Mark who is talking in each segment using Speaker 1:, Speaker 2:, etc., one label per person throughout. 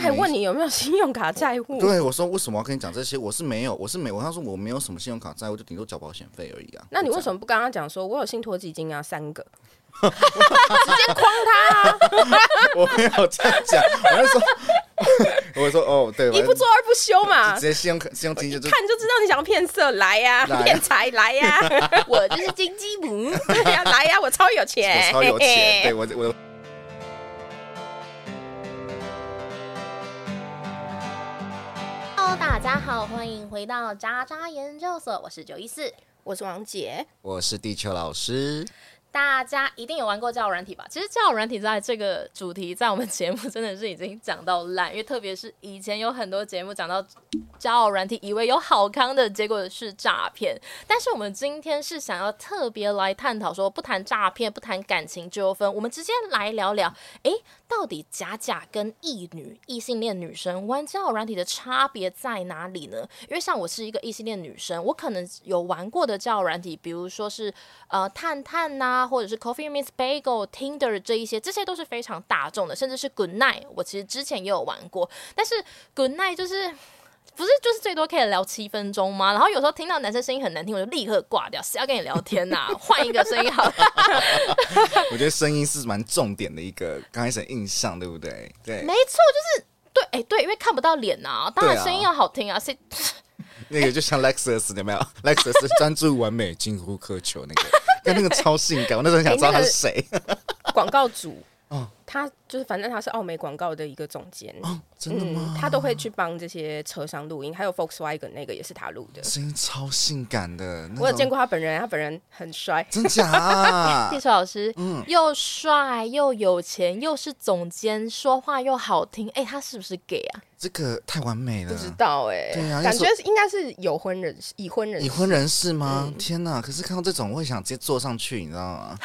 Speaker 1: 还问你有没有 信用卡债务，
Speaker 2: 对，我说为什么要跟你讲这些？我是没有，我是没有。他说我没有什么信用卡债务，就顶多缴保险费而已啊。
Speaker 1: 那你为
Speaker 2: 么？
Speaker 1: 什么不跟他讲说，我有信托基金啊，三个， 直接框他、啊，
Speaker 2: 我没有这样讲，我就说， 我说哦，对，
Speaker 1: 一不做二不休嘛
Speaker 2: 直，接信用卡信用金就就
Speaker 1: 看就知道你想骗色，来呀、
Speaker 2: 来啊
Speaker 1: 骗财来 呀、
Speaker 3: 我就是金鸡母。
Speaker 1: 对呀、来呀、我超有钱，
Speaker 2: 我超 有钱，对
Speaker 1: 嘿嘿
Speaker 2: 我我。
Speaker 3: Hello，大家好，欢迎回到渣渣研究所，我是九一四。
Speaker 1: 我是王姐，
Speaker 2: 我是地球老师，
Speaker 3: 大家一定有玩过交友软体吧？其实交友软体在这个主题，在我们节目真的是已经讲到烂，因为特别是以前有很多节目讲到交友软体，以为有好康的，结果是诈骗。但是我们今天是想要特别来探讨说，不谈诈骗，不谈感情纠纷，我们直接来聊聊，诶，到底假假跟异女、异性恋女生玩交友软体的差别在哪里呢？因为像我是一个异性恋女生，我可能有玩过的交友软体，比如说是呃探探呐、或者是 Coffee Meets Bagel、Tinder 这一些，这些都是非常大众的，甚至是 Good Night，我其实之前也有玩过，但是 Good Night 就是。不是，就是最多可以聊七分钟吗？然后有时候听到男生声音很难听，我就立刻挂掉。谁要跟你聊天呐、换一个声音好了。
Speaker 2: 我觉得声音是蛮重点的一个刚开始的印象，对不对？对
Speaker 3: 没，错，就是对，哎、对，因为看不到脸呐、当然
Speaker 2: 对啊
Speaker 3: 声音要好听啊。谁、
Speaker 2: 那个就像 Lexus 有没有？Lexus 专注完美，近乎苛求那个，但那个超性感，我那时候很想知道他 是谁。
Speaker 1: 广告主。
Speaker 2: 哦
Speaker 1: 他就是，反正他是奥美广告的一个总监，
Speaker 2: 真的吗？
Speaker 1: 嗯他都会去帮这些车商录音，还有 Volkswagen 那个也是他录的。
Speaker 2: 声音超性感的，那种
Speaker 1: 我有见，过他本人，他本人很帅，
Speaker 2: 真假啊
Speaker 3: 地？球老师，又帅又有钱，又是总监，说话又好听，哎、他是不是 gay 啊？
Speaker 2: 这个太完美
Speaker 1: 不知
Speaker 2: 了。
Speaker 1: 道哎、
Speaker 2: 对啊
Speaker 1: 感
Speaker 2: 要
Speaker 1: 觉是应该是有婚人士，已婚人士，
Speaker 2: 已婚人士吗？天哪！可是看到这种，我会想直接坐上去，你知道吗？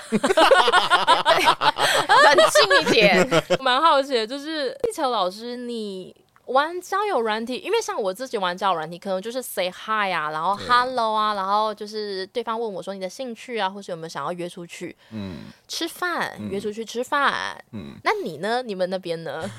Speaker 1: 冷静一 点。
Speaker 3: 蛮好奇的，就是地球老师，你玩交友软体，因为像我自己玩交友软体，可能就是 say hi 啊，然后 hello 啊，然后就是对方问我说你的兴趣啊，或是有没有想要约出去，嗯，吃饭，
Speaker 2: 嗯
Speaker 3: 约出去吃饭，嗯，那你呢？你们那边 呢？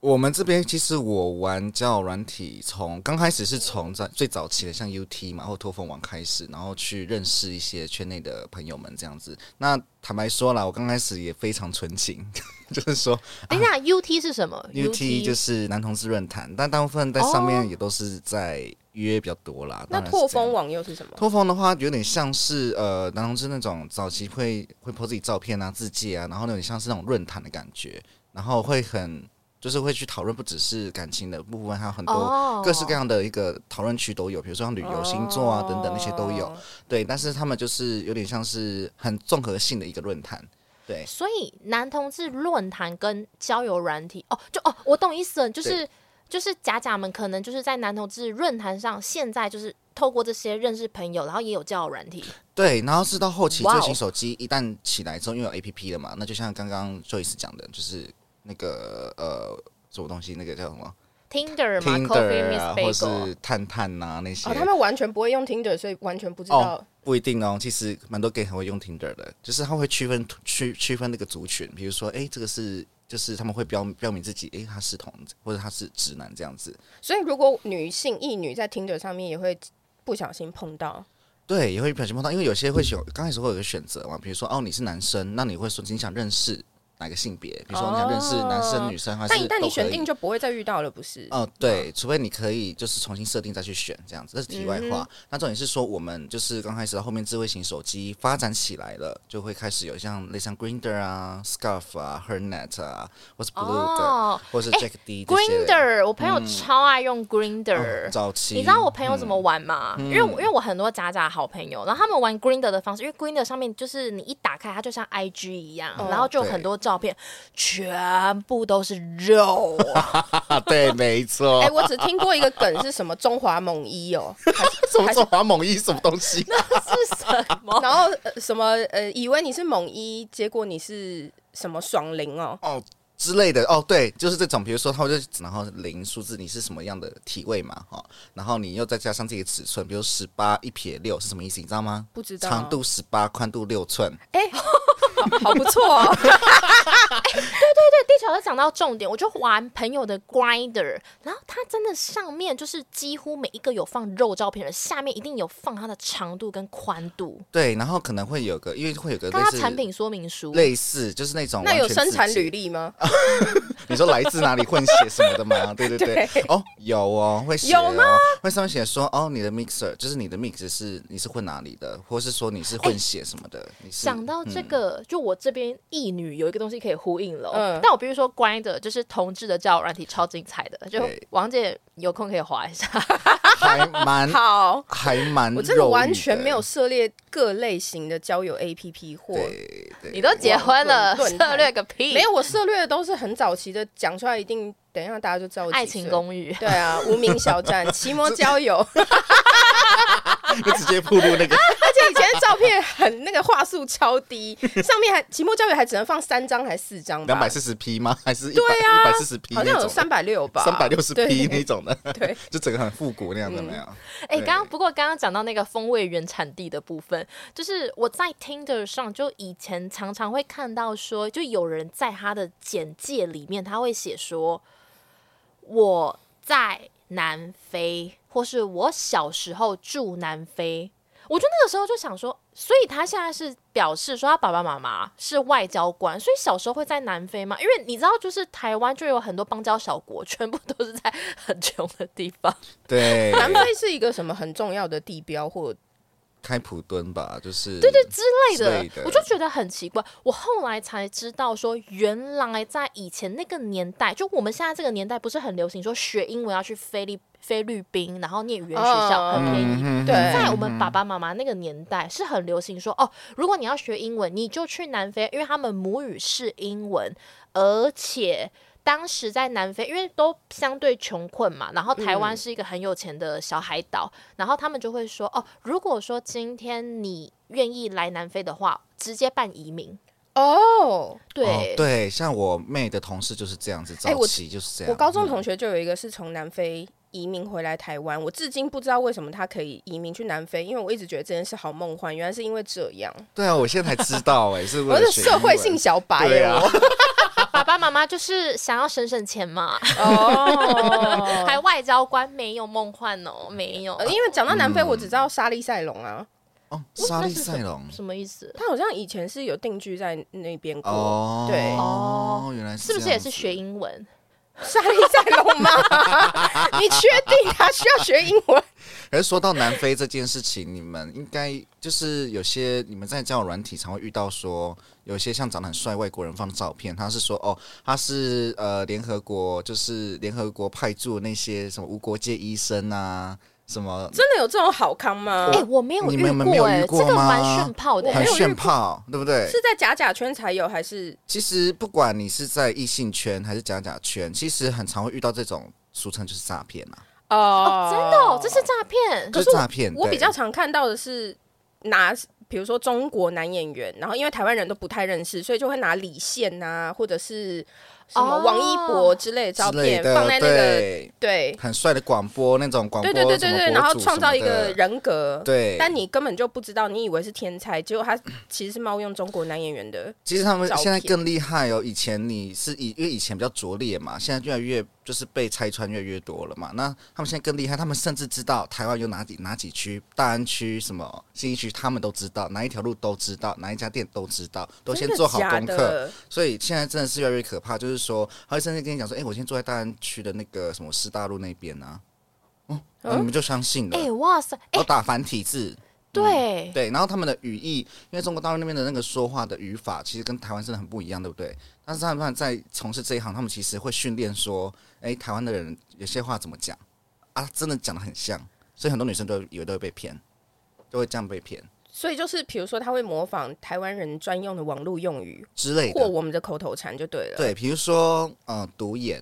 Speaker 2: 我们这边其实我玩交友软体，从刚开始是从在最早期的像 UT 嘛，或托凤网开始，然后去认识一些圈内的朋友们这样子。那坦白说啦，我刚开始也非常纯情， 就是说
Speaker 3: 等一下，UT 是什么
Speaker 2: UT 就是男同志论坛，但大部分在上面也都是在约比较多啦。
Speaker 1: 那
Speaker 2: 当然是
Speaker 1: 拓
Speaker 2: 这样
Speaker 1: 风网又是什么？
Speaker 2: 托风的话，有点像是呃，男同志那种早期会会 po 自己照片啊、自介啊，然后有点像是那种论坛的感觉，然后会很就是会去讨论，不只是感情的部分，还有很多
Speaker 3: 哦
Speaker 2: 各式各样的一个讨论区都有，比如说像旅游、星座啊等等那些都有。
Speaker 1: 哦。
Speaker 2: 对，但是他们就是有点像是很综合性的一个论坛。对，
Speaker 3: 所以男同志论坛跟交友软体，哦，就哦，我懂意思了，就是就是假假们可能就是在男同志论坛上，现在就是透过这些认识朋友，然后也有交友软体，
Speaker 2: 对，然后是到后期
Speaker 3: 哇哦
Speaker 2: 最新手机一旦起来之后，因为有 A P P 了嘛，那就像刚刚 Joyce 讲的，就是那个呃什么东西，那个叫什么
Speaker 3: Tinder 嘛
Speaker 2: Tinder
Speaker 3: ，Coffee
Speaker 2: 啊，
Speaker 3: Miss
Speaker 2: 或
Speaker 3: Bagel，
Speaker 2: 是探探呐、那些。
Speaker 1: 哦，他们完全不会用 Tinder，所以完全不知道。
Speaker 2: 哦不一定哦，其实蛮多 gay 很会用 Tinder 的，就是他会区分区区分那个族群，比如说，哎、这个是就是他们会标标明自己，哎、他是同或者他是直男这样子。
Speaker 1: 所以如果女性一女在 Tinder 上面也会不小心碰到，
Speaker 2: 对，也会不小心碰到，因为有些会
Speaker 1: 嗯
Speaker 2: 选，刚开始会有一个选择嘛，比如说哦，你是男生，那你会说你想认识哪个性别？比如说你想认识男生、
Speaker 1: 哦
Speaker 2: 女生还是
Speaker 1: 但但你
Speaker 2: 都可以
Speaker 1: 选定就不会再遇到了，不是？
Speaker 2: 哦，对，除非你可以就是重新设定再去选这样子，这是题外话。那重点是说，我们就是刚开始到后面智慧型手机发展起来了，就会开始有像类似像 Grinder 啊、Scarf 啊、Hernet 啊，或是 Blue 的，
Speaker 3: 哦
Speaker 2: 或是 Jack D 这些。
Speaker 3: ，Grinder，我朋友超爱用
Speaker 2: 哦
Speaker 3: Grinder，
Speaker 2: 早期
Speaker 3: 你知道我朋友
Speaker 2: 嗯
Speaker 3: 怎么玩吗？因为我因为我很多假假好朋友，然后他们玩 Grinder 的方式，因为 Grinder 上面就是你一打开，它就像 IG 一样，
Speaker 1: 哦
Speaker 3: 然后就有
Speaker 2: 对
Speaker 3: 很多照片，全部都是肉。
Speaker 2: 啊？对，没错。
Speaker 1: 哎、我只听过一个梗是什么中华猛一哦，还是
Speaker 2: 什么
Speaker 1: 还
Speaker 2: 中
Speaker 1: 是
Speaker 2: 华猛一什么东西？
Speaker 3: 是什么？
Speaker 1: 然后、呃、什么呃，以为你是猛一，结果你是什么爽灵哦，
Speaker 2: 哦之类的哦，对，就是这种，比如说他会就然后零数字你是什么样的体位嘛，哈、然后你又再加上自己的尺寸，比如十八一撇六是什么意思，你知道吗？
Speaker 1: 不知道
Speaker 2: 长度十八，宽度六寸，
Speaker 1: 哎、好不错 哦。
Speaker 3: 地球有讲到重点，我就玩朋友的 Grinder，然后它真的上面就是几乎每一个有放肉照片的，下面一定有放它的长度跟宽度，
Speaker 2: 对，然后可能会有个，因为会有个
Speaker 3: 跟
Speaker 2: 类
Speaker 3: 它
Speaker 2: 似
Speaker 3: 产品说明书。
Speaker 2: 类嗯似，就是那种
Speaker 1: 那有
Speaker 2: 完全
Speaker 1: 生产
Speaker 2: 自己
Speaker 1: 履历吗？
Speaker 2: 你说来自哪里混血什么 的吗？对对对，哦，有哦，会写、哦、
Speaker 1: 有吗？
Speaker 2: 会上面写说，哦，你的 mixer 就是你的 mix 是你是混哪里的，或是说你是混血什么的，你是
Speaker 3: 想到这个，就我这边异女有一个东西可以呼应了哦。
Speaker 1: 嗯
Speaker 3: 但我必须说，Grinder 就是同志的交友软体，超精彩的。就
Speaker 2: 对
Speaker 3: 王姐有空可以划一下，
Speaker 2: 还蛮
Speaker 1: 好，
Speaker 2: 还蛮，
Speaker 1: 我真的完全没有。涉猎各类型的交友 APP 或
Speaker 2: 对对，
Speaker 3: 你都结婚了，
Speaker 1: 论坛
Speaker 3: 策略个屁！
Speaker 1: 没有，我涉猎的都是很早期的，讲出来一定等一下大家就知道我几岁
Speaker 3: 爱情。公寓，
Speaker 1: 对啊，无名小 站、奇摩交友， 而
Speaker 2: 就直接步入 那个，
Speaker 1: 且以前的照片很那个画素超低，上面还奇摩交友还只能放三张还四张吧，
Speaker 2: 两百四十 P 吗？还是一
Speaker 1: 对
Speaker 2: 百
Speaker 1: 啊
Speaker 2: 一百四十 P
Speaker 1: 好
Speaker 2: 那
Speaker 1: 像有
Speaker 2: 种？
Speaker 1: 三百六吧，
Speaker 2: 三百六十 P 那
Speaker 1: 对
Speaker 2: 种的，
Speaker 1: 对， 嗯
Speaker 2: 就整个很复古那样的没有？
Speaker 3: 哎、
Speaker 2: 对
Speaker 3: 刚刚不过刚刚讲到那个风味原产地的部分，就是我在 Tinder 上，就以前常常会看到说，就有人在他的简介里面，他会写说我在南非，或是我小时候住南非。我就那个时候就想说，所以他现在是表示说他爸爸妈妈是外交官，所以小时候会在南非吗？因为你知道，就是台湾就有很多邦交小国，全部都是在很穷的地方。
Speaker 2: 对，
Speaker 1: 南 非是一个什么很重要的地标或
Speaker 2: 开普敦吧，就是
Speaker 3: 对对之类的，
Speaker 2: 之类的
Speaker 3: 我就觉得很奇怪。我后来才知道说，原来在以前那个年代，就我们现在这个年代，不是很流行说学英文要去菲律菲律宾，然后念语言学校
Speaker 1: 哦
Speaker 3: 很便宜。
Speaker 2: 嗯哼
Speaker 1: 对
Speaker 3: 在我们爸爸妈妈那个年代是很流行说哦，如果你要学英文，你就去南非，因为他们母语是英文，而且当时在南非，因为都相对穷困嘛，然后台
Speaker 2: 嗯
Speaker 3: 湾是一个很有钱的小海岛，然后他们就会说哦，如果说今天你愿意来南非的话，直接办移民。
Speaker 1: 哦。
Speaker 3: 对、
Speaker 2: 哦对，像我妹的同事就是这样子，
Speaker 1: 哎
Speaker 2: 早
Speaker 1: 我
Speaker 2: 期就是这样。
Speaker 1: 我高中
Speaker 2: 嗯
Speaker 1: 同学就有一个是从南非移民回来台湾，我至今不知道为什么他可以移民去南非，因为我一直觉得这件事好梦幻，原来是因为这样，
Speaker 2: 对啊，我现在才知道 哎、是为
Speaker 1: 我
Speaker 2: 了
Speaker 1: 是
Speaker 2: 学
Speaker 1: 社会
Speaker 2: 英
Speaker 1: 性
Speaker 2: 文
Speaker 1: 小白
Speaker 2: 对啊
Speaker 1: 哦。
Speaker 3: 爸爸妈妈就是想要省省钱嘛，
Speaker 1: 哦
Speaker 3: 还外交官没有梦幻哦，没有，
Speaker 1: 呃因为讲到南非，
Speaker 2: 嗯
Speaker 1: 我只知道沙利塞隆啊，
Speaker 2: 哦，莎莉赛隆
Speaker 3: 什么意思？
Speaker 1: 他好像以前是有定居在那边过。
Speaker 2: 哦，
Speaker 1: 对
Speaker 2: 哦，原来是
Speaker 3: 是不是也是
Speaker 2: 这样子
Speaker 3: 学英文？
Speaker 1: 沙利塞隆 吗？你确定他需要学英文？
Speaker 2: 可是说到南非这件事情，你们应该就是有些你们在交友软体常会遇到说，有些像长得很帅外国人放的照片，他是说哦，他是呃联合国就是联合国派驻的那些什么无国界医生啊，什么
Speaker 1: 真的有这种好康吗
Speaker 3: 哎、？我没有
Speaker 2: 你
Speaker 3: 遇
Speaker 2: 们没有
Speaker 3: 过哎、
Speaker 2: 遇过
Speaker 3: 这个
Speaker 2: 吗
Speaker 3: 蛮炫炮的、哎
Speaker 1: 我
Speaker 2: 很
Speaker 1: 没有遇
Speaker 2: 炫炮，对不对？
Speaker 1: 是在假假圈才有，还是
Speaker 2: 呃其实不管你是在异性圈还是假假圈，其实很常会遇到这种俗称就是诈骗啊，
Speaker 1: 哦
Speaker 3: 哦，真的、哦，这是诈骗。
Speaker 2: 就是诈骗。
Speaker 1: 我
Speaker 2: 对
Speaker 1: 比较常看到的是拿，比如说中国男演员，然后因为台湾人都不太认识，所以就会拿李现啊，或者是什么
Speaker 3: 哦
Speaker 1: 王一博之类的照
Speaker 2: 之类
Speaker 1: 片
Speaker 2: 的，
Speaker 1: 放在那个
Speaker 2: 对
Speaker 1: 对
Speaker 2: 很帅的广播那种广播
Speaker 1: 对对对对
Speaker 2: 什
Speaker 1: 对，
Speaker 2: 么
Speaker 1: 然后
Speaker 2: 博主
Speaker 1: 创造一
Speaker 2: 什么
Speaker 1: 个
Speaker 2: 的
Speaker 1: 人格。
Speaker 2: 对，
Speaker 1: 但你根本就不知道，你以为是天才，结果他其实是冒用中国男演员的。
Speaker 2: 其实他们
Speaker 1: 照片
Speaker 2: 现在更厉害哦。以前你是以因为以前比较拙劣嘛，现在越来越就是被拆穿越来越多了嘛。那他们现在更厉害，他们甚至知道台湾有哪几哪几区，大安区什么新一区，他们都知道，哪一条路都知道，哪一家店都知道，都先
Speaker 1: 真的
Speaker 2: 做好
Speaker 1: 假
Speaker 2: 功课。
Speaker 1: 的
Speaker 2: 所以现在真的是越来越可怕，就是说，他会甚至跟你讲说，哎、我先坐在大安区的那个什么师大路那边啊，哦，
Speaker 1: 嗯
Speaker 2: 那你们就相信了，
Speaker 3: 哎、
Speaker 2: 然
Speaker 3: 哇塞，哎、
Speaker 2: 后打繁体字。
Speaker 3: 对，
Speaker 2: 对，然后他们的语义，因为中国大陆那边的那个说话的语法，其实跟台湾真的很不一样，对不对？但是他们在从事这一行，他们其实会训练说，哎，台湾的人有些话怎么讲啊，真的讲的很像，所以很多女生都有都会被骗，都会这样被骗
Speaker 1: 所以就是，比如说他会模仿台湾人专用的网络用语，
Speaker 2: 之类
Speaker 1: 或
Speaker 2: 的。
Speaker 1: 我们的口头禅就对了。
Speaker 2: 对，比如说，呃，读研、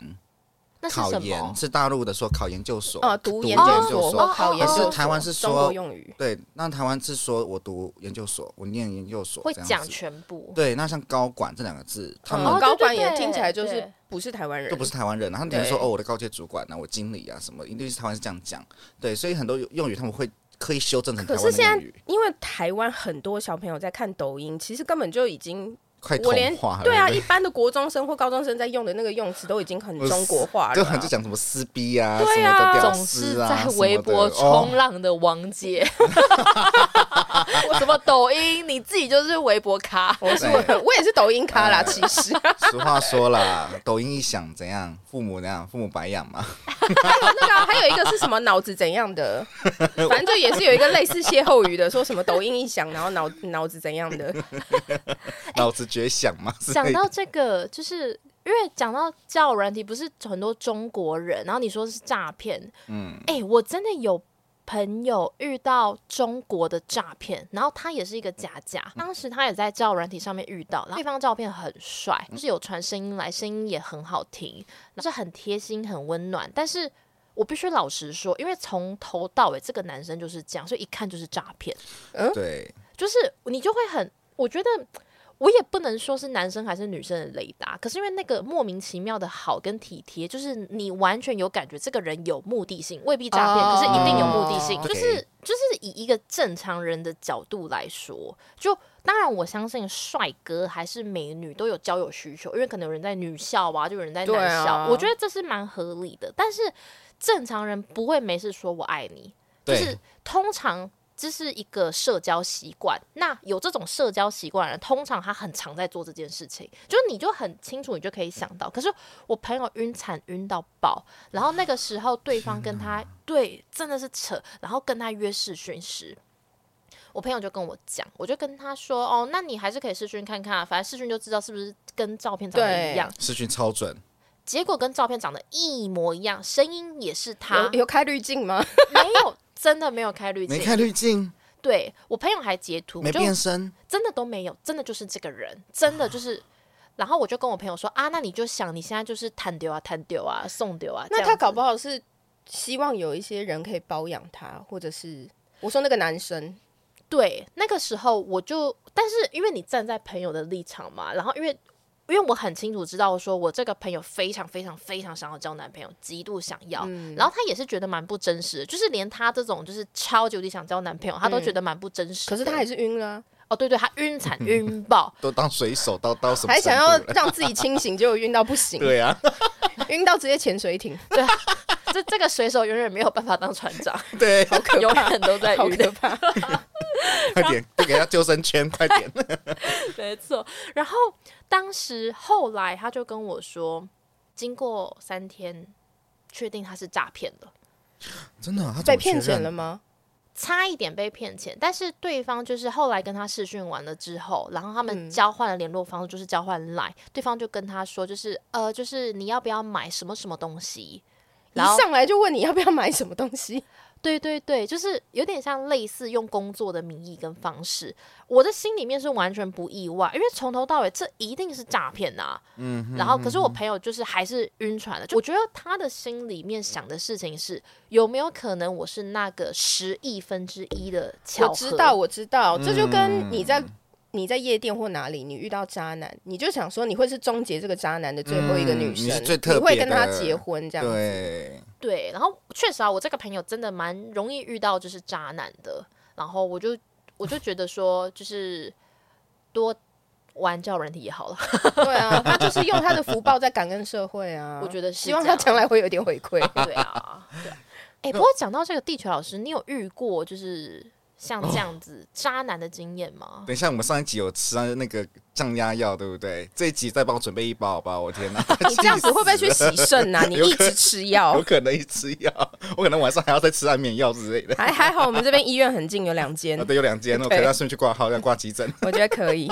Speaker 3: 那是
Speaker 2: 考
Speaker 3: 什
Speaker 2: 研
Speaker 3: 么？哦
Speaker 2: 是大陆的说考研究所，
Speaker 1: 啊，读研
Speaker 3: 研
Speaker 1: 究
Speaker 3: 究
Speaker 1: 所
Speaker 3: 所哦
Speaker 1: 或考研
Speaker 3: 但
Speaker 1: 究
Speaker 3: 是
Speaker 1: 所，
Speaker 2: 台湾是说
Speaker 1: 中国用语。
Speaker 2: 对，那台湾是说我读研究所，我念研究所，
Speaker 3: 会
Speaker 2: 这样
Speaker 3: 讲
Speaker 2: 子
Speaker 3: 全部。
Speaker 2: 对，那像高管这两个字，他
Speaker 1: 嗯
Speaker 2: 们
Speaker 3: 哦
Speaker 1: 高
Speaker 3: 对对
Speaker 1: 管也
Speaker 3: 对
Speaker 1: 听起来就是
Speaker 3: 对
Speaker 1: 不是台湾人，
Speaker 2: 都不是台湾人，然后他们说
Speaker 1: 对
Speaker 2: 哦，我的高阶主管啊，我经理啊什么，一定是台湾是这样讲。对，所以很多用语他们会刻意修正成台
Speaker 1: 可
Speaker 2: 湾
Speaker 1: 是
Speaker 2: 的
Speaker 1: 现
Speaker 2: 用
Speaker 1: 在
Speaker 2: 语。
Speaker 1: 因为台湾很多小朋友在看抖音，其实根本就已经
Speaker 2: 快
Speaker 1: 我
Speaker 2: 同
Speaker 1: 连
Speaker 2: 化了，
Speaker 1: 对啊，
Speaker 2: 不
Speaker 1: 一般的国中生或高中生在用的那个用词都已经很中国化了啊，
Speaker 2: 就很就讲什么撕逼啊，什
Speaker 1: 对
Speaker 2: 么
Speaker 1: 啊
Speaker 2: 的屌
Speaker 3: 总
Speaker 2: 丝
Speaker 3: 是
Speaker 2: 啊，
Speaker 3: 在
Speaker 2: 什么
Speaker 3: 微
Speaker 2: 的
Speaker 3: 博
Speaker 2: 哦
Speaker 3: 冲浪的王姐， 什么抖音，你自己就是微博咖。
Speaker 1: 我是我我也是抖音咖啦，
Speaker 2: 嗯
Speaker 1: 其实。
Speaker 2: 俗话说啦，抖音一响怎样，父母怎样，父母白养嘛。
Speaker 1: 那个啊、还有一个是什么脑子怎样 的，反正就也是有一个类似歇后语的，说什么抖音一响，然后脑脑子怎样的，哎
Speaker 2: 脑子觉醒 嘛，之
Speaker 3: 讲
Speaker 2: 类的
Speaker 3: 到这个，就是因为讲到交友软体，不是很多中国人，然后你说是诈骗，
Speaker 2: 嗯，
Speaker 3: 哎、我真的有朋友遇到中国的诈骗，然后他也是一个假假，
Speaker 2: 嗯
Speaker 3: 当时他也在交友软体上面遇到，然后对方照片很帅，
Speaker 2: 嗯
Speaker 3: 就是有传声音来，声音也很好听，就是很贴心、很温暖，但是。我必须老实说，因为从头到尾这个男生就是这样，所以一看就是诈骗。
Speaker 2: 对，
Speaker 3: 就是你就会很，我觉得我也不能说是男生还是女生的雷达，可是因为那个莫名其妙的好跟体贴，就是你完全有感觉这个人有目的性，未必诈骗，
Speaker 1: 哦
Speaker 3: 可是一定有目的性，
Speaker 2: 嗯
Speaker 3: 就是
Speaker 2: OK
Speaker 3: 就是以一个正常人的角度来说，就。当然，我相信帅哥还是美女都有交友需求，因为可能有人在女校啊，就有人在
Speaker 1: 对
Speaker 3: 男
Speaker 1: 啊
Speaker 3: 校，我觉得这是蛮合理的。但是正常人不会没事说我爱你，就
Speaker 2: 对
Speaker 3: 是通常这是一个社交习惯。那有这种社交习惯的人，通常他很常在做这件事情，就是你就很清楚，你就可以想到。可是我朋友晕船晕到爆，然后那个时候对方跟他对真的是扯，然后跟他约试训时。我朋友就跟我讲，我就跟他说：“哦，那你还是可以试训看看啊，反正试训就知道是不是跟照片长得一
Speaker 1: 对
Speaker 3: 样。
Speaker 2: 视讯超准，”
Speaker 3: 结果跟照片长得一模一样，声音也是他
Speaker 1: 有，有开滤镜吗？
Speaker 3: 没有真的没有开滤镜
Speaker 2: 没，开滤镜，
Speaker 3: 对我朋友还截图，
Speaker 2: 没
Speaker 3: 就
Speaker 2: 变身，
Speaker 3: 真的都没有，真的就是这个人，真的就是。然后我就跟我朋友说啊，那你就想你现在就是弹丢啊，弹丢啊，送丢啊。
Speaker 1: 那他搞不
Speaker 3: 好
Speaker 1: 好是希望有一些人可以包养他，或者是我说那个男生，
Speaker 3: 对那个时候我就，但是因为你站在朋友的立场嘛，然后因为因为我很清楚知道说我这个朋友非常非常非常想要交男朋友，极度想要，
Speaker 1: 嗯，
Speaker 3: 然后他也是觉得蛮不真实的，就是连他这种就是超级无敌想交男朋友，他都
Speaker 1: 嗯
Speaker 3: 觉得蛮不真实的。
Speaker 1: 可是他还是晕了啊、
Speaker 3: 哦，对对，他 晕惨晕爆，
Speaker 2: 都当水手到到什么
Speaker 1: 还
Speaker 2: 程
Speaker 1: 想
Speaker 2: 度
Speaker 1: 要
Speaker 2: 了？
Speaker 1: 让自己清醒，结果晕到不行，
Speaker 2: 对 啊，
Speaker 1: 晕到直接潜水艇，
Speaker 3: 这这个水手永远没有办法当船长，
Speaker 2: 对，
Speaker 1: 好可
Speaker 3: 永
Speaker 1: 怕，
Speaker 3: 远都在
Speaker 1: 好
Speaker 3: 晕。
Speaker 1: 可哎怕。
Speaker 2: 快点，就给他救生圈，快点。
Speaker 3: 没错。然后当时后来他就跟我说，经过三天，确定他是诈骗了，
Speaker 2: 真的，他 怎
Speaker 1: 被
Speaker 2: 么
Speaker 1: 骗
Speaker 2: 确认
Speaker 1: 钱了？吗？
Speaker 3: 差一点被骗钱。但是对方就是后来跟他试训完了之后，然后他们
Speaker 1: 嗯
Speaker 3: 交换了联络方式，就是交换 Line，对方就跟他说，就是呃，就是你要不要买什么什么东西。
Speaker 1: 一
Speaker 3: 然后，
Speaker 1: 上来就问你要不要买什么东 西，
Speaker 3: 对对对，就是有点像类似用工作的名义跟方式，我的心里面是完全不意外，因为从头到尾这一定是诈骗呐、
Speaker 2: 嗯，
Speaker 3: 然后，可是我朋友就是还是晕船了。就我觉得他的心里面想的事情是，有没有可能我是那个十亿分之一的巧合？
Speaker 1: 我知道，我知道，这就跟
Speaker 2: 嗯
Speaker 1: 你在、你在夜店或哪里，你遇到渣男，你就想说你会是终结这个渣男的最后一个女
Speaker 2: 嗯你
Speaker 1: 生，
Speaker 2: 是最特别的
Speaker 1: 会跟他结婚这样子。
Speaker 2: 对，
Speaker 3: 对，然后确实啊，我这个朋友真的蛮容易遇到就是渣男的。然后我就我就觉得说，就是多玩教人体也好了。
Speaker 1: 对啊， 他就是用他的福报在感恩社会啊。
Speaker 3: 我觉得是
Speaker 1: 希望
Speaker 3: 这
Speaker 1: 他
Speaker 3: 样
Speaker 1: 将来会有点回馈。
Speaker 3: 对啊，对啊。哎、不过讲到这个地球老师，你有遇过就是像这样
Speaker 2: 哦
Speaker 3: 子渣男的经验吗？
Speaker 2: 等一下，我们上一集有吃到那个降压药，对不对？这一集再帮我准备一包，好不好？我天哪，
Speaker 1: 你 这样子会不会去洗肾啊？你
Speaker 2: 有
Speaker 1: 一
Speaker 2: 可
Speaker 1: 直吃药
Speaker 2: 有，可能一吃药，我可能晚上还要再吃安眠药之类的。
Speaker 1: 还还好，我们这边医院很近，有两间
Speaker 2: 啊，，对，有两间，我可以
Speaker 1: 对
Speaker 2: 让顺去挂号，要挂急诊。
Speaker 1: 我觉得可以。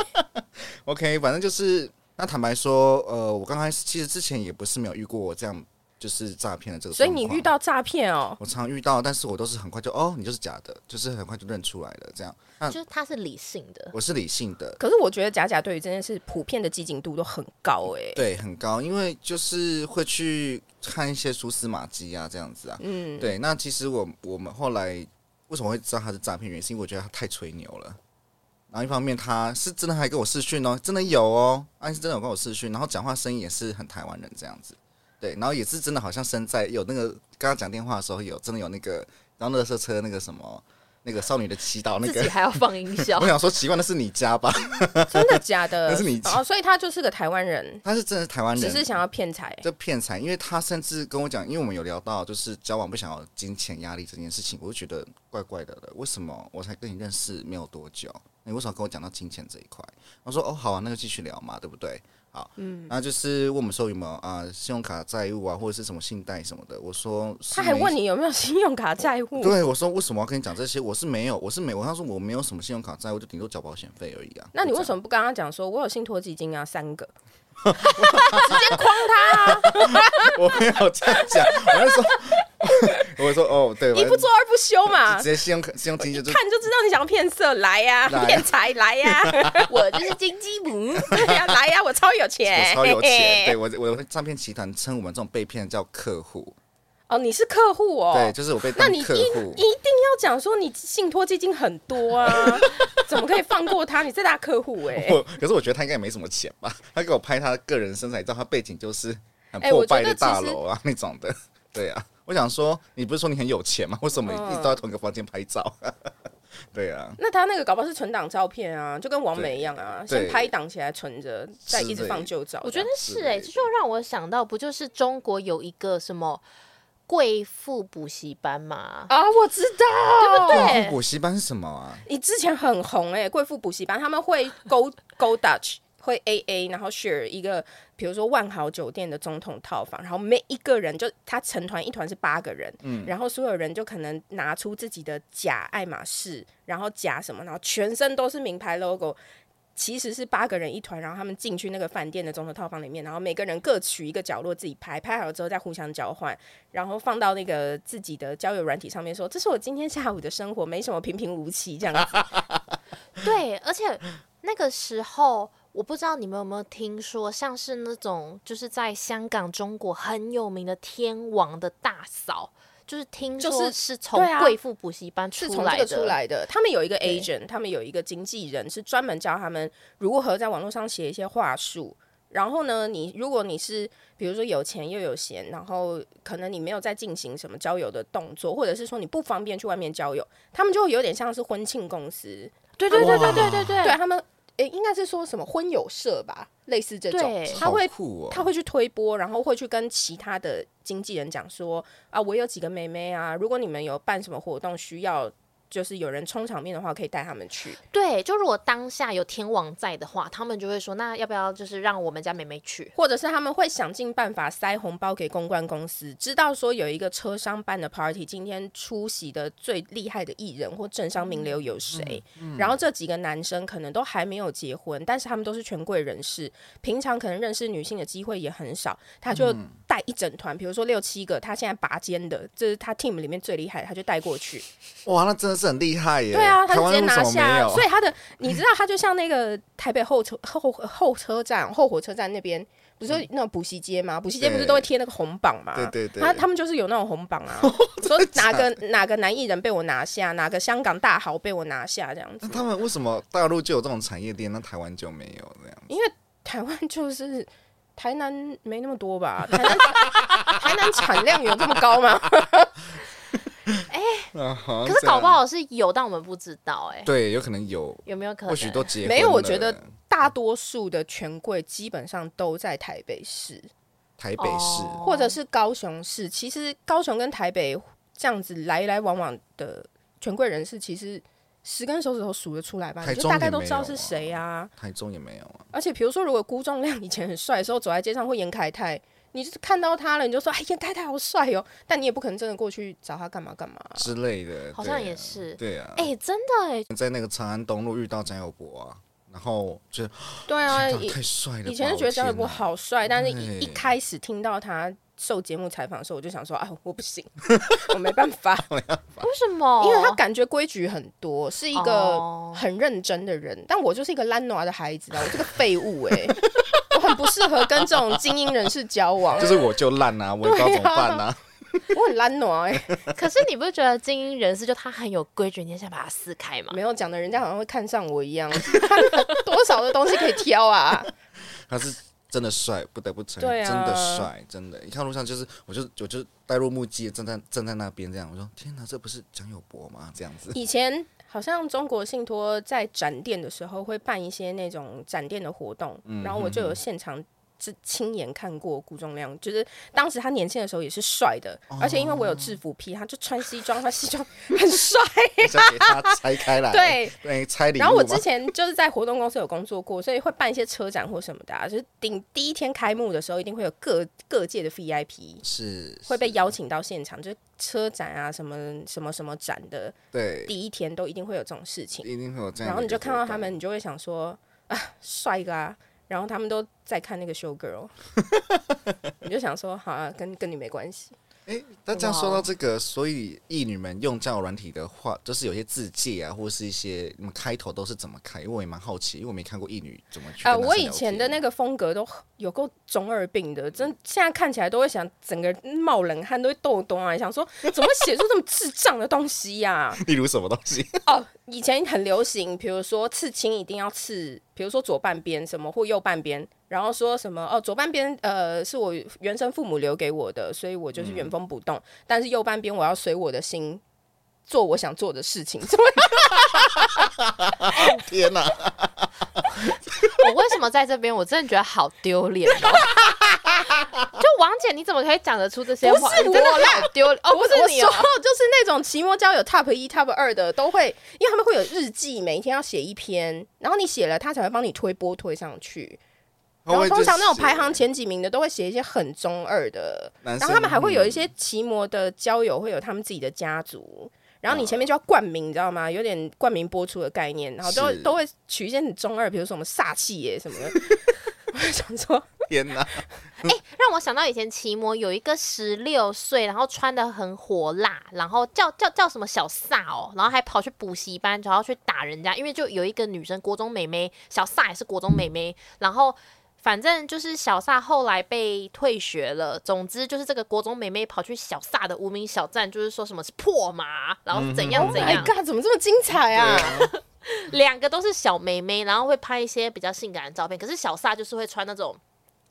Speaker 2: OK，反正就是那坦白说，呃，我刚开始其实之前也不是没有遇过这样就是诈骗的这个
Speaker 1: 所
Speaker 2: 状
Speaker 1: 以
Speaker 2: 况，
Speaker 1: 你遇到诈骗哦，
Speaker 2: 我常遇到，但是我都是很快就哦，你就是假的，就是很快就认出来了这样。那
Speaker 3: 就是他是理性的，
Speaker 2: 我是理性的，
Speaker 1: 可是我觉得假假对于这件事普遍的积极度都很高哎、
Speaker 2: 对，很高，因为就是会去看一些蛛丝马迹啊，这样子啊。
Speaker 1: 嗯，
Speaker 2: 对，那其实我我们后来为什么会知道他是诈骗，原因是因为我觉得他太吹牛了。然后一方面他是真的还跟我视讯哦，真的有哦，啊是真的有跟我视讯，然后讲话声音也是很台湾人这样子，对，然后也是真的好像身在有那个刚刚讲电话的时候有真的有那个，然后乐色车那个什么那个少女的祈祷那
Speaker 3: 自己
Speaker 2: 个。
Speaker 3: 还要放音 效
Speaker 2: 我，想说奇怪，那是你家吧？
Speaker 1: 真的假的？
Speaker 2: 那是你
Speaker 1: 哦，所以他就是个台湾人，
Speaker 2: 他是真的是台湾人，
Speaker 1: 只是想要骗财。
Speaker 2: 这骗财，因为他甚至跟我讲，因为我们有聊到就是交往不想要金钱压力这件事情，我就觉得怪怪的了。为什么我才跟你认识没有多久，你为什么跟我讲到金钱这一块？我说哦，好啊，那就继续聊嘛，对不对？好，嗯，那就是问我们说有没有啊、信用卡债务啊，或者是什么信贷什么的。我说是
Speaker 1: 他还
Speaker 2: 没
Speaker 1: 问你有没有 信用卡债务？
Speaker 2: 对，我说为什么要跟你讲这些？我是没有，我是没有，我他说我没有什么信用卡债务，就顶多缴保险费而已啊。
Speaker 1: 那你
Speaker 2: 就这
Speaker 1: 为
Speaker 2: 样
Speaker 1: 什么不跟他讲说，我有信托基金啊，三个？
Speaker 2: 我没有这样讲？我就说， 我就说哦，对，
Speaker 1: 一不做啊二不休嘛
Speaker 2: 直，接信用卡信用金 就就
Speaker 1: 看就知道你想要骗色，来呀、
Speaker 2: 来啊
Speaker 1: 骗财来 呀、
Speaker 3: 我就是金鸡母。
Speaker 1: 对呀、来呀、我超有钱，
Speaker 2: 我超有钱，对
Speaker 1: 对。
Speaker 2: 我我诈骗集团称我们这种被骗叫客户，
Speaker 1: 哦，你是客户哦，
Speaker 2: 对，就是我被
Speaker 1: 那
Speaker 2: 当
Speaker 1: 你一一
Speaker 2: 客户。
Speaker 1: 定要讲说你信托基金很多啊， 怎么可以放过他？你最大客户哎、
Speaker 2: 我可是我觉得他应该也没什么钱吧？他给我拍他个人身材照，他背景就是很
Speaker 1: 哎我
Speaker 2: 破
Speaker 1: 觉得
Speaker 2: 败的大
Speaker 1: 其实
Speaker 2: 楼啊、那种的，对啊。我想说，你不是说你很有钱
Speaker 1: 嗯
Speaker 2: 吗？为什么一直都在同一个房间拍照？ 对啊，
Speaker 1: 那他那个搞不好是存档照片啊，就跟王美一样啊，
Speaker 2: 对
Speaker 1: 先拍档起来存着，再一直放旧照。
Speaker 3: 我觉得
Speaker 2: 之
Speaker 3: 是
Speaker 2: 类
Speaker 3: 哎、
Speaker 2: 的
Speaker 3: 这就让我想到，不就是中国有一个什么贵妇补习班吗？
Speaker 1: 啊，我知道，
Speaker 3: 对
Speaker 2: 贵妇补习班是什么啊？
Speaker 1: 你之前很红哎、贵妇补习班，他们会 Go Go Dutch，会 A A，然后 share 一个，比如说万豪酒店的总统套房，然后每一个人就他成团一团是八个人，然后所有人就可能拿出自己的假爱马仕，然后假什么，然后全身都是名牌 logo。其实是八个人一团，然后他们进去那个饭店的总统套房里面，然后每个人各取一个角落自己拍，拍好了之后再互相交换，然后放到那个自己的交友软体上面说，这是我今天下午的生活，没什么平平无奇这样子。
Speaker 3: 对，而且那个时候我不知道你们有没有听说，像是那种就是在香港、中国很有名的天王的大嫂，就是听
Speaker 1: 就
Speaker 3: 说
Speaker 1: 是
Speaker 3: 是从
Speaker 1: 对啊
Speaker 3: 贵妇补习班
Speaker 1: 是
Speaker 3: 出
Speaker 1: 从这
Speaker 3: 来
Speaker 1: 个出
Speaker 3: 的。
Speaker 1: 来的。他们有一个
Speaker 3: 对
Speaker 1: agent，他们有一个经纪人，是专门教他们如何在网络上写一些话术。然后呢，你如果你是比如说有钱又有闲，然后可能你没有在进行什么交友的动作，或者是说你不方便去外面交友，他们就会有点像是婚庆公司，
Speaker 3: 对对对对
Speaker 2: 哇
Speaker 3: 对对对
Speaker 1: 对他们，诶，应该是说什么婚友社吧，类似这种
Speaker 3: 对，
Speaker 1: 他会
Speaker 2: 好酷哦，
Speaker 1: 他会去推波，然后会去跟其他的经纪人讲说啊，我有几个妹妹啊，如果你们有办什么活动需要，就是有人充场面的话，可以带他们去。
Speaker 3: 对，就如果当下有天王在的话，他们就会说，那要不要就是让我们家妹妹去？
Speaker 1: 或者是他们会想尽办法塞红包给公关公司，知道说有一个车商办的 party，今天出席的最厉害的艺人或政商名流有谁？然后这几个男生可能都还没有结婚，但是他们都是权贵人士，平常可能认识女性的机会也很少，他就带一整团，比如说六七个，他现在拔尖的，这是他 team 里面最厉害的，他就带过去。
Speaker 2: 哇，那真的是很厉害耶！
Speaker 1: 对啊，他
Speaker 2: 台
Speaker 1: 就直
Speaker 2: 湾
Speaker 1: 接
Speaker 2: 为什
Speaker 1: 拿
Speaker 2: 么
Speaker 1: 下
Speaker 2: 没
Speaker 1: 啊。
Speaker 2: 有
Speaker 1: 所以他的，你知道，他就像那个台北后车后后车站、后火车站那边，不是有那种补习街吗？补习街不是
Speaker 2: 嗯对
Speaker 1: 都会贴那个红榜吗？ 啊
Speaker 2: 对对对
Speaker 1: 他他们就是有那种红榜 啊，说哪个哪个男艺人被我拿下，哪个香港大豪被我拿下这样
Speaker 2: 那
Speaker 1: 子。
Speaker 2: 他们为什么大陆就有这种产业链，那台湾就没有这样？
Speaker 1: 台湾就是台南没那么多吧？台南台南产量有这么高吗？
Speaker 2: 啊哈
Speaker 3: 可是搞不。
Speaker 2: 这样
Speaker 3: 好是有，但我们不知道哎、
Speaker 2: 对，有可能有，
Speaker 3: 有没有可能？
Speaker 2: 或许都结婚
Speaker 1: 没有我
Speaker 2: 了
Speaker 1: 觉得大多数的权贵基本上都在台北市。
Speaker 2: 台北市
Speaker 3: 哦
Speaker 1: 或者是高雄市。其实高雄跟台北这样子来来往往的权贵人士，其实十根手指头数得出来吧？
Speaker 2: 台
Speaker 1: 你
Speaker 2: 中
Speaker 1: 就大概都知道是谁啊。
Speaker 2: 台中也没有啊。
Speaker 1: 而且比如说，如果辜仲亮以前很帅的时候，走在街上会严凯泰。你就是看到他了，你就说：“哎，严凯泰好帅哦！”但你也不可能真的过去找他干嘛干啊嘛。
Speaker 2: 之类的，
Speaker 3: 好像
Speaker 2: 对啊
Speaker 3: 也是
Speaker 2: 对啊，
Speaker 3: 哎、真的哎、
Speaker 2: 在那个长安东路遇到张友柏啊，然后就
Speaker 1: 对啊，
Speaker 2: 天哪
Speaker 1: 以
Speaker 2: 太帅了吧，
Speaker 1: 以前就觉得张
Speaker 2: 友
Speaker 1: 伟博好啊帅，但是一
Speaker 2: 对
Speaker 1: 一开始听到他受节目采访的时候，我就想说：“啊，我不 行，我没办法。”哦
Speaker 3: 为什么？
Speaker 1: 因为他感觉规矩很多，是一个
Speaker 3: 哦
Speaker 1: 很认真的人，但我就是一个懒惰的孩子啊，我这个废物哎、 我很不适合跟这种精英人士交往
Speaker 2: 天哪，就是我就烂啊，我也不知道怎么办啊。
Speaker 1: 我很懒惰哎、
Speaker 3: 可是你不觉得精英人士就他很有规矩，你很想把它撕开吗？
Speaker 1: 没有 讲的人家好像会看上我一样，他们多少的东西可以挑啊，
Speaker 2: 他是真的帅，不得不承认，
Speaker 1: 对啊
Speaker 2: 真的帅，真的。一看路上就是，我就我就呆若木鸡，站在站在那边这样，我说天哪，这不是蒋友柏吗？这样 子，
Speaker 1: 以前好像中国信托在展店的时候会办一些那种展店的活动，然后我就有现场。是亲眼看过顾仲亮，就是当时他年轻的时候也是帅的，而且因为我有制服癖，他就穿西装，他西装很帅。
Speaker 2: 想给他拆开来，
Speaker 1: 对
Speaker 2: 对，拆礼物
Speaker 1: 然后我
Speaker 2: 嘛
Speaker 1: 之前就是在活动公司有工作过，所以会办一些车展或什么的、啊，就是顶第一天开幕的时候，一定会有各各界的 VIP
Speaker 2: 是
Speaker 1: 会被邀请到现场，就是车展啊什么什么什么展的
Speaker 2: 对，
Speaker 1: 第一天都一定会有这种事情。
Speaker 2: 一定会有这样的一个活动。
Speaker 1: 然后你就看到他们，你就会想说啊，帅哥啊！然后他们都在看那个 show girl，你就想说，好啊，跟跟你没关系。
Speaker 2: 诶，那这样说到这个，所以艺女们用交友软体的话，就是有些字界啊，或是一些你们开头都是怎么开？因为我也蛮好奇，因为我没看过艺女怎么去跟
Speaker 1: 啊，
Speaker 2: 男生
Speaker 1: 我以
Speaker 2: 聊
Speaker 1: 前
Speaker 2: 天
Speaker 1: 的那个风格都有够中二病的，真现在看起来都会想整个人冒冷汗，都会抖动啊， 想说怎么会写出这么智障的东西呀、
Speaker 2: 例如什么东西？
Speaker 1: 哦，以前很流行，比如说刺青一定要刺，比如说左半边什么或右半边，然后说什么哦，左半边呃是我原生父母留给我的，所以我就是
Speaker 2: 嗯
Speaker 1: 原封不动，但是右半边我要随我的心。做我想做的事 情，怎么
Speaker 2: 天哪、
Speaker 3: 我为什么在这边？我真的觉得好丢 脸哦。就王姐，你怎么可以讲得出这些话？
Speaker 1: 不是
Speaker 3: 你真的
Speaker 1: 我啦
Speaker 3: 好丢脸哦！不是
Speaker 1: 我
Speaker 3: 你
Speaker 1: 说
Speaker 3: 哦，
Speaker 1: 就是那种期末交友 top 一 top 二的都会，因为他们会有日记，每一天要写一篇，然后你写了，他才会帮你推波推上去。然后
Speaker 2: 会不会
Speaker 1: 通常那种
Speaker 2: 就是
Speaker 1: 排行前几名的都会写一些很中二的，
Speaker 2: 男
Speaker 1: 然
Speaker 2: 生
Speaker 1: 后他们还会有一些奇摩的交友，会有他们自己的家族。然后你前面就要冠名，你知道吗？有点冠名播出的概念，然后都
Speaker 2: 是
Speaker 1: 都会取一些很中二，比如说什么煞气耶什么 的。我就想说，
Speaker 2: 天哪、
Speaker 3: 让我想到以前奇摩有一个十六岁，然后穿的很火辣，然后叫叫叫什么小撒哦，然后还跑去补习班，然后去打人家，因为就有一个女生国中美眉，小撒也是国中美眉，然后。反正就是小撒后来被退学了。总之就是这个国中美妹跑去小撒的无名小站，就是说什么是破麻，然后怎样
Speaker 1: Oh
Speaker 3: 怎样。
Speaker 1: my god，怎么这么精彩啊？
Speaker 3: 两个都是小妹妹，然后会拍一些比较性感的照片。可是小萨就是会穿那种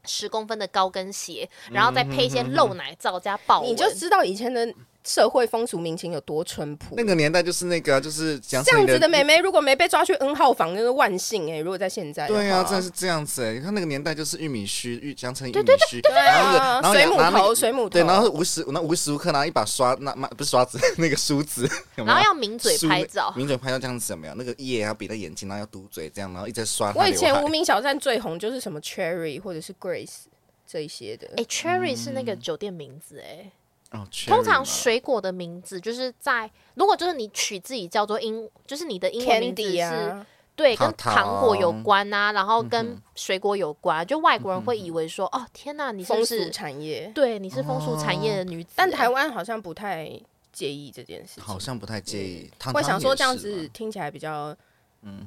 Speaker 3: 十公分的高跟鞋，然后再配一些露奶罩加豹纹。
Speaker 1: 你就知道以前的社会风俗民情有多淳朴。
Speaker 2: 那个年代就是那个啊，就是讲
Speaker 1: 这样子的
Speaker 2: 美。
Speaker 1: 妹妹，如果没被抓去 N 号房，那是万幸哎、如果在现在的话，
Speaker 2: 对啊，真的是这样子哎、你看那个年代就是玉米须，玉江城玉米须，
Speaker 1: 对
Speaker 2: 然后
Speaker 1: 啊
Speaker 2: 然后
Speaker 1: 水母
Speaker 2: 拿那
Speaker 1: 头，
Speaker 2: 个
Speaker 1: 水母头，
Speaker 2: 对，然后无时那无时无刻拿一把刷，那那不是刷子，那个梳子，有没
Speaker 3: 然后
Speaker 2: 有？
Speaker 3: 要抿嘴
Speaker 2: 梳
Speaker 3: 拍照，
Speaker 2: 抿嘴拍照这样子有没有？那个液要比在眼睛，然后要嘟嘴这样，然后一直在刷他
Speaker 1: 我
Speaker 2: 的
Speaker 1: 以
Speaker 2: 刘海。
Speaker 1: 前无名小站最红就是什么 Cherry 或者是 Grace 这一些的。
Speaker 3: 哎、c h e r r y 是那个酒店名字哎、
Speaker 2: 哦，
Speaker 3: 通
Speaker 2: Cherry
Speaker 3: 常
Speaker 2: 嘛
Speaker 3: 水果的名字就是在，如果就是你取自己叫做英，就是你的英文名字是
Speaker 1: Candy 啊，
Speaker 3: 对，
Speaker 2: 糖
Speaker 3: 跟糖果有
Speaker 2: 糖
Speaker 3: 关啊，然后跟水果有关，就外国人会以为说，哦天呐，你是
Speaker 1: 风
Speaker 3: 不
Speaker 1: 俗
Speaker 3: 是
Speaker 1: 产业，
Speaker 3: 对你是风俗产业的女子欸、
Speaker 1: 但台湾好像不太介意这件事情。
Speaker 2: 好像不太介意，糖
Speaker 1: 会想说这样
Speaker 2: 糖也
Speaker 1: 子
Speaker 2: 是
Speaker 1: 听起来比较，嗯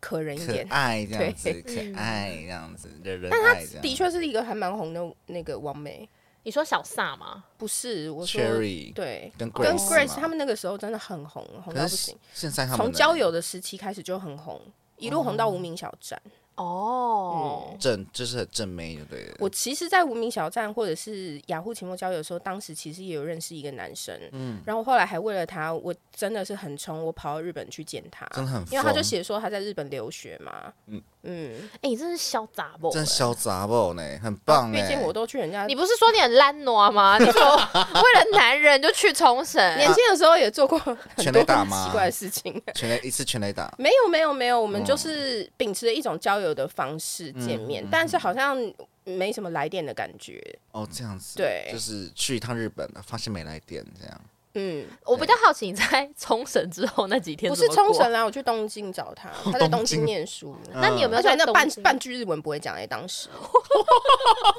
Speaker 1: 可人一
Speaker 2: 嘛
Speaker 1: 点
Speaker 2: 可。爱这样子，
Speaker 1: 对
Speaker 2: 可爱这样子，惹人爱这样。
Speaker 1: 的确是一个还蛮红的那个王美，
Speaker 3: 你说小萨吗？
Speaker 1: 不是我说
Speaker 2: ，Cherry
Speaker 1: 对，
Speaker 2: 跟
Speaker 1: 跟
Speaker 2: Grace 嘛
Speaker 1: Grace 他们那个时候真的很红，红到
Speaker 2: 可
Speaker 1: 不
Speaker 2: 是
Speaker 1: 行。
Speaker 2: 现在他们
Speaker 1: 从
Speaker 2: 呢
Speaker 1: 交友的时期开始就很红，一路红到无名小站。
Speaker 3: 哦、
Speaker 2: 正就是很正妹，就对了。
Speaker 1: 我其实，在无名小站或者是雅虎期末交友的时候，当时其实也有认识一个男生，
Speaker 2: 嗯
Speaker 1: 然后后来还为了他，我真的是很冲，我跑到日本去见他，
Speaker 2: 真的很
Speaker 1: 因为他就
Speaker 2: 疯
Speaker 1: 写说他在日本留学嘛，嗯嗯，
Speaker 3: 哎、你真是小杂不？
Speaker 2: 真小杂宝呢，很棒
Speaker 1: 哦毕
Speaker 2: 哎！
Speaker 1: 竟我都去人家，
Speaker 3: 你
Speaker 1: 你
Speaker 3: 不是说你很烂挪吗？ 你说为了男人就去冲 绳？
Speaker 1: 年轻的时候也做过很
Speaker 2: 全
Speaker 1: 多
Speaker 2: 垒打
Speaker 1: 很
Speaker 2: 吗
Speaker 1: 奇怪的事情。
Speaker 2: 全垒一次全垒打，
Speaker 1: 没有没有没有，我们
Speaker 2: 哦
Speaker 1: 就是秉持着一种交友的方式
Speaker 2: 嗯
Speaker 1: 见面，但是好像没什么来电的感觉。
Speaker 2: 哦，这样子，
Speaker 1: 对
Speaker 2: 就是去一趟日本，发现没来电这样。
Speaker 1: 嗯，
Speaker 3: 我比较好奇你在冲绳之后那几天
Speaker 1: 不是
Speaker 3: 怎么
Speaker 1: 冲
Speaker 3: 过
Speaker 1: 绳，啦，我去东京找 他，他在
Speaker 2: 东
Speaker 1: 东京
Speaker 2: 京啊
Speaker 1: 念书。
Speaker 2: 嗯
Speaker 3: 那你有没有
Speaker 1: 而且
Speaker 3: 在
Speaker 1: 那半
Speaker 3: 东京
Speaker 1: 半句日文不会讲哎、当时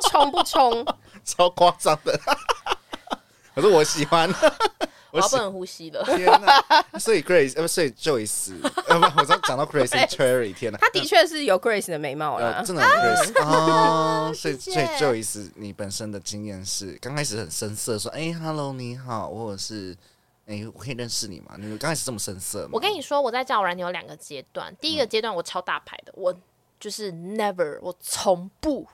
Speaker 1: 冲不冲？
Speaker 2: 超夸张的。 可是我喜欢，
Speaker 3: 我
Speaker 2: 我
Speaker 3: 要
Speaker 2: 喜
Speaker 3: 不能呼吸了。
Speaker 2: 天哪！所以 Grace，呃，所以 Joyce，呃，不，我刚讲到 Grace and Cherry，天哪！
Speaker 1: 他的确是有 Grace 的美貌
Speaker 2: 呃，
Speaker 1: 啦。
Speaker 2: 真的很 Grace 哦，所以
Speaker 3: 谢
Speaker 2: 所
Speaker 3: 谢
Speaker 2: 以 Joyce，你本身的经验是刚开始很生涩，说哎，Hello，你好，或者是哎，我可以认识你吗？你刚开始这么生涩吗？
Speaker 3: 我跟你说，我在交友软件有两个阶段，第一个阶段我超大牌的，我就是 never，我从不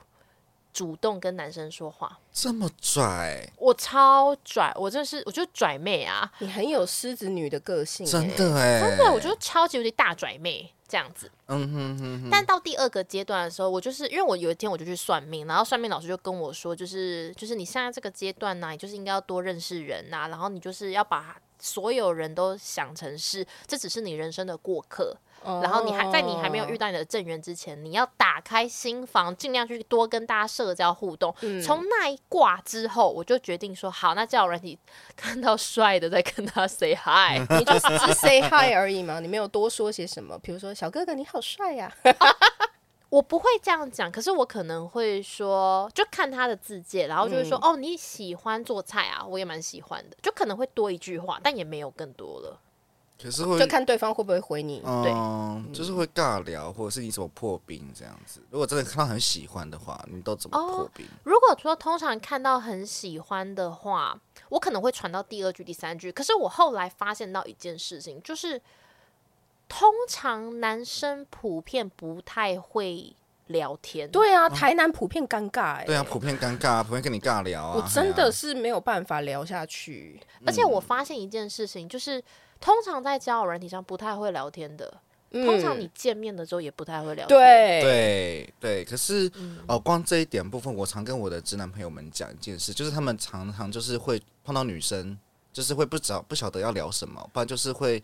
Speaker 3: 主动跟男生说话，
Speaker 2: 这么拽，
Speaker 3: 我超拽，我真的是，我就是拽妹啊，
Speaker 1: 你很有狮子女的个性、欸，
Speaker 2: 真的哎，
Speaker 3: 真的，我就是超级无敌大拽妹这样子。
Speaker 2: 嗯哼哼哼，
Speaker 3: 但到第二个阶段的时候，我就是因为我有一天我就去算命，然后算命老师就跟我说，就是就是你现在这个阶段呢、你就是应该要多认识人呐、然后你就是要把所有人都想成是这只是你人生的过客，
Speaker 1: 哦
Speaker 3: 然后你还在你还没
Speaker 2: 哦
Speaker 3: 有遇到你的正缘之前，你要打开心房，尽量去多跟大家社交互动。
Speaker 2: 嗯
Speaker 3: 从、那一卦之后，我就决定说，好，那叫软体 看到帅的再跟他 say hi。
Speaker 1: 你 就只是 say hi 而已嘛，你没有多说些什么，比如说小哥哥你好帅呀、
Speaker 3: 我不会这样讲，可是我可能会说，就看他的字界，然后就会
Speaker 1: 嗯
Speaker 3: 说，哦，你喜欢做菜啊，我也蛮喜欢的，就可能会多一句话，但也没有更多了。
Speaker 2: 可是会
Speaker 1: 就看对方会不会回你。
Speaker 3: 对
Speaker 2: 嗯，就是会尬聊，或者是你怎么破冰这样子。如果真的看到很喜欢的话，你都怎么破冰？
Speaker 3: 如果说通常看到很喜欢的话，我可能会传到第二句、第三句。可是我后来发现到一件事情，就是通常男生普遍不太会聊天，
Speaker 1: 对啊，台南普遍尴尬哎、
Speaker 2: 哦对啊，普遍尴尬啊，普遍跟你尬聊啊。
Speaker 1: 我真
Speaker 2: 嘿
Speaker 1: 的
Speaker 2: 啊
Speaker 1: 是没有办法聊下去。
Speaker 3: 而且
Speaker 1: 嗯
Speaker 3: 我发现一件事情，就是通常在交友软体上不太会聊天的，通常你见面的时候也不太会聊
Speaker 1: 嗯
Speaker 3: 天。，
Speaker 1: 对
Speaker 2: 对对，可是、
Speaker 1: 嗯
Speaker 2: 哦，光这一点部分，我常跟我的直男朋友们讲一件事，就是他们常常就是会碰到女生，就是会不找不晓得要聊什么，不然就是会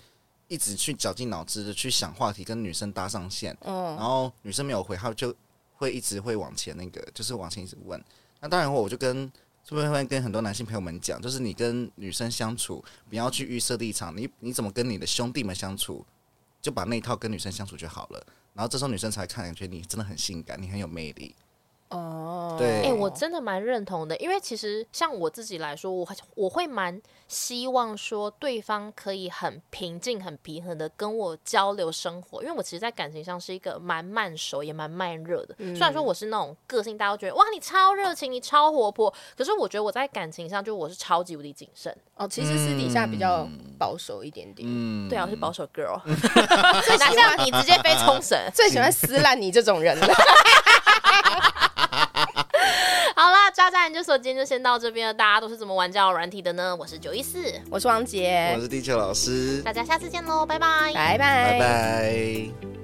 Speaker 2: 一直去绞尽脑汁的去想话题，跟女生搭上线，
Speaker 1: 嗯
Speaker 2: 然后女生没有回，他就会一直会往前那个，就是往前一直问。那当然，我就跟。这边会跟很多男性朋友们讲，就是你跟女生相处，不要去预设立场，你你怎么跟你的兄弟们相处，就把那一套跟女生相处就好了。然后这时候女生才看，感觉你真的很性感，你很有魅力。
Speaker 1: 哦，
Speaker 2: 对
Speaker 3: 哎、我真的蛮认同的，因为其实像我自己来说，我我会蛮希望说对方可以很平静、很平衡的跟我交流生活，因为我其实，在感情上是一个蛮慢熟也蛮慢热的。虽然说我是那种个性，大家都觉得哇，你超热情，你超活泼，可是我觉得我在感情上，就我是超级无敌谨慎。
Speaker 1: 哦，其实私底下比较保守一点点，。
Speaker 2: 嗯，
Speaker 3: 对啊，我是保守 girl，哪像你直接飞冲绳
Speaker 1: 最喜欢撕烂你这种人了。
Speaker 3: 好啦，渣渣研究所今天就先到这边了。大家都是怎么玩交友软体的呢？我是九一四，
Speaker 1: 我是王杰
Speaker 2: 我，是地球老师，
Speaker 3: 大家下次见喽，拜拜
Speaker 1: 拜
Speaker 2: 拜拜